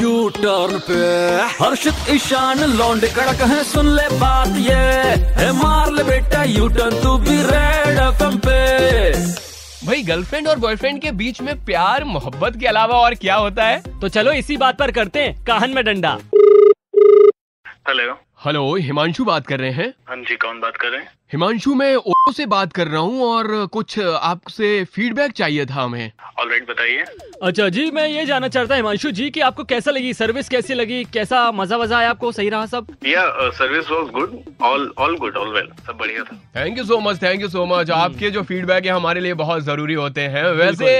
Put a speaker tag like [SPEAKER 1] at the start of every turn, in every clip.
[SPEAKER 1] You turn पे हर्षित ईशान लौंडे कड़क है सुन ले बात ये है मार ले बेटा यू टर्न तू भी रेड एफएम पे
[SPEAKER 2] भाई गर्लफ्रेंड और बॉयफ्रेंड के बीच में प्यार मोहब्बत के अलावा और क्या होता है
[SPEAKER 3] तो चलो इसी बात पर करते हैं काहन में डंडा
[SPEAKER 4] हेलो
[SPEAKER 2] हेलो हिमांशु बात कर रहे हैं
[SPEAKER 4] हाँ जी कौन बात कर रहे हैं
[SPEAKER 2] हिमांशु मैं ओलो से बात कर रहा हूँ और कुछ आपसे फीडबैक चाहिए था हमें
[SPEAKER 4] ऑल राइट बताइए
[SPEAKER 3] अच्छा जी मैं ये जानना चाहता हूँ हिमांशु जी कि आपको कैसा लगी सर्विस कैसी लगी कैसा मजा वजा आया आपको सही रहा सब
[SPEAKER 4] या service was good all all good all well सब बढ़िया था
[SPEAKER 2] thank you so much thank you so much आपके जो फीडबैक है हमारे लिए बहुत जरूरी होते हैं वैसे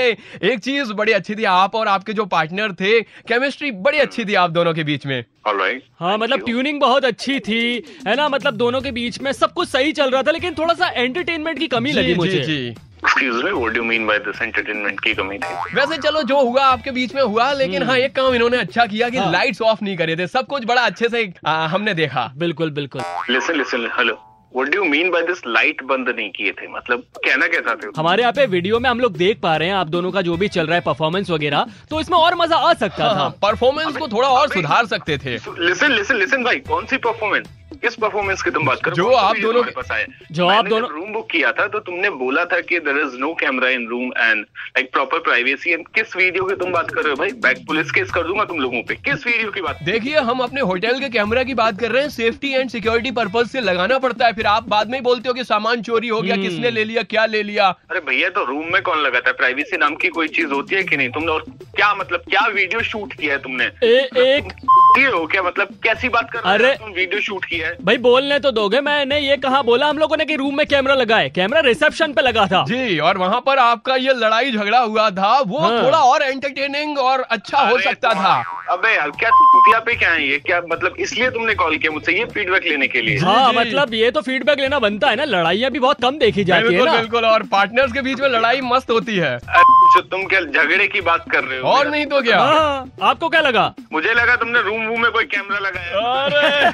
[SPEAKER 2] एक चीज बड़ी अच्छी थी आप और आपके जो पार्टनर थे केमिस्ट्री बड़ी अच्छी थी आप दोनों के बीच में
[SPEAKER 4] ऑल राइट
[SPEAKER 3] हाँ मतलब ट्यूनिंग बहुत अच्छी थी है ना मतलब दोनों के बीच में सब कुछ सही चल रहा था लेकिन थोड़ा सा एंटरटेनमेंट की कमी लगी
[SPEAKER 2] जी,
[SPEAKER 3] मुझे
[SPEAKER 2] जी, जी।
[SPEAKER 4] Excuse me what do mean by this entertainment की कमी थी
[SPEAKER 2] वैसे चलो जो हुआ आपके बीच में हुआ लेकिन हाँ एक काम इन्होंने अच्छा किया कि
[SPEAKER 3] हाँ।
[SPEAKER 2] लाइट्स ऑफ नहीं करे थे सब कुछ बड़ा अच्छे से आ, हमने देखा
[SPEAKER 3] बिल्कुल बिल्कुल
[SPEAKER 4] listen listen hello what do mean by this light बंद नहीं किए थे मतलब कहना क्या चाहते हो
[SPEAKER 3] हमारे यहाँ पे वीडियो में हम लोग देख पा रहे हैं आप दोनों का जो भी चल रहा है परफॉर्मेंस वगैरह तो इसमें और मजा आ सकता था
[SPEAKER 2] परफॉर्मेंस हाँ, को थोड़ा और सुधार सकते थे
[SPEAKER 4] लिसन लिसन लिसन भाई कौन सी परफॉर्मेंस किस परफॉर्मेंस की तुम बात करो
[SPEAKER 2] जो
[SPEAKER 4] कौन सा
[SPEAKER 2] आप
[SPEAKER 4] video
[SPEAKER 2] दोनों-
[SPEAKER 4] तुम्हारे पास आया है?
[SPEAKER 3] जो आप
[SPEAKER 4] मैंने जब
[SPEAKER 3] दोनों-
[SPEAKER 4] रूम बुक किया था तो तुमने बोला था कि there is no camera in room and like proper privacy and किस वीडियो की तुम बात कर रहे हो भाई बैक पुलिस केस कर दूंगा तुम लोगों पे किस वीडियो की बात
[SPEAKER 2] देखिए हम अपने होटल के कैमरा की बात कर रहे हैं सेफ्टी एंड सिक्योरिटी पर्पज से लगाना पड़ता है फिर आप बाद में ही बोलते हो कि सामान चोरी हो गया किसने
[SPEAKER 3] हम्म।
[SPEAKER 2] ले लिया क्या ले लिया
[SPEAKER 4] अरे भैया तो रूम में कौन लगाता है प्राइवेसी नाम की कोई चीज होती है कि नहीं तुमने और क्या मतलब क्या वीडियो शूट किया है तुमने
[SPEAKER 2] हाँ।
[SPEAKER 3] ए, एक
[SPEAKER 4] तुम ये हो क्या मतलब कैसी बात कर रहे हो
[SPEAKER 3] अरे-
[SPEAKER 4] यार, तुम वीडियो शूट किया है
[SPEAKER 3] भाई बोलने तो दोगे मैंने ये कहा बोला हम लोगों ने कि रूम में कैमरा लगा है कैमरा रिसेप्शन पे लगा था
[SPEAKER 2] जी और वहाँ पर आपका ये लड़ाई झगड़ा हुआ था वो
[SPEAKER 3] हाँ।
[SPEAKER 2] थोड़ा और एंटरटेनिंग और अच्छा हो
[SPEAKER 4] अरे
[SPEAKER 2] सकता था
[SPEAKER 4] तुम्हारा- अबे यार क्या चुतिया पे क्या है ये क्या मतलब इसलिए तुमने कॉल किया मुझसे ये फीडबैक लेने के लिए
[SPEAKER 3] हाँ
[SPEAKER 2] जी।
[SPEAKER 3] मतलब ये तो फीडबैक लेना बनता है ना लड़ाइयाँ भी बहुत कम देखी जाती है
[SPEAKER 2] बिल्कुल
[SPEAKER 3] ना
[SPEAKER 2] बिल्कुल और पार्टनर्स के बीच में लड़ाई मस्त होती है
[SPEAKER 4] अरे जो अच्छा, तुम क्या झगड़े की बात कर रहे हो
[SPEAKER 2] और
[SPEAKER 4] मेरा-
[SPEAKER 2] नहीं तो क्या
[SPEAKER 3] हाँ आपको क्या लगा
[SPEAKER 4] मुझे लगा तुमने रूम वूम में कोई कैमरा लगाया है।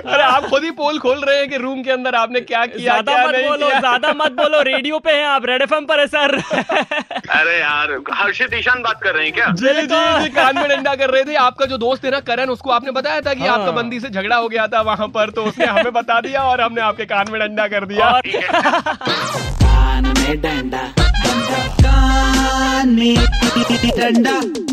[SPEAKER 2] अरे आप खुद ही पोल खोल रहे हैं कि रूम के अंदर आपने क्या किया
[SPEAKER 3] ज्यादा
[SPEAKER 2] क्या
[SPEAKER 3] मत
[SPEAKER 2] नहीं
[SPEAKER 3] बोलो
[SPEAKER 2] किया।
[SPEAKER 3] ज्यादा मत बोलो रेडियो पे हैं आप रेड एफ पर है सर
[SPEAKER 4] अरे यार हर्षित ईशान बात कर रहे हैं क्या
[SPEAKER 2] जी जी जी कान में डंडा कर रहे थे आपका जो दोस्त है ना करण उसको आपने बताया था कि
[SPEAKER 3] हाँ।
[SPEAKER 2] आपका बंदी से झगड़ा हो गया था वहां पर तो उसने हमें बता दिया और हमने आपके कान में डंडा कर दिया
[SPEAKER 3] और
[SPEAKER 4] ठीक है
[SPEAKER 5] कान में डंडा डंडा कान में डंडा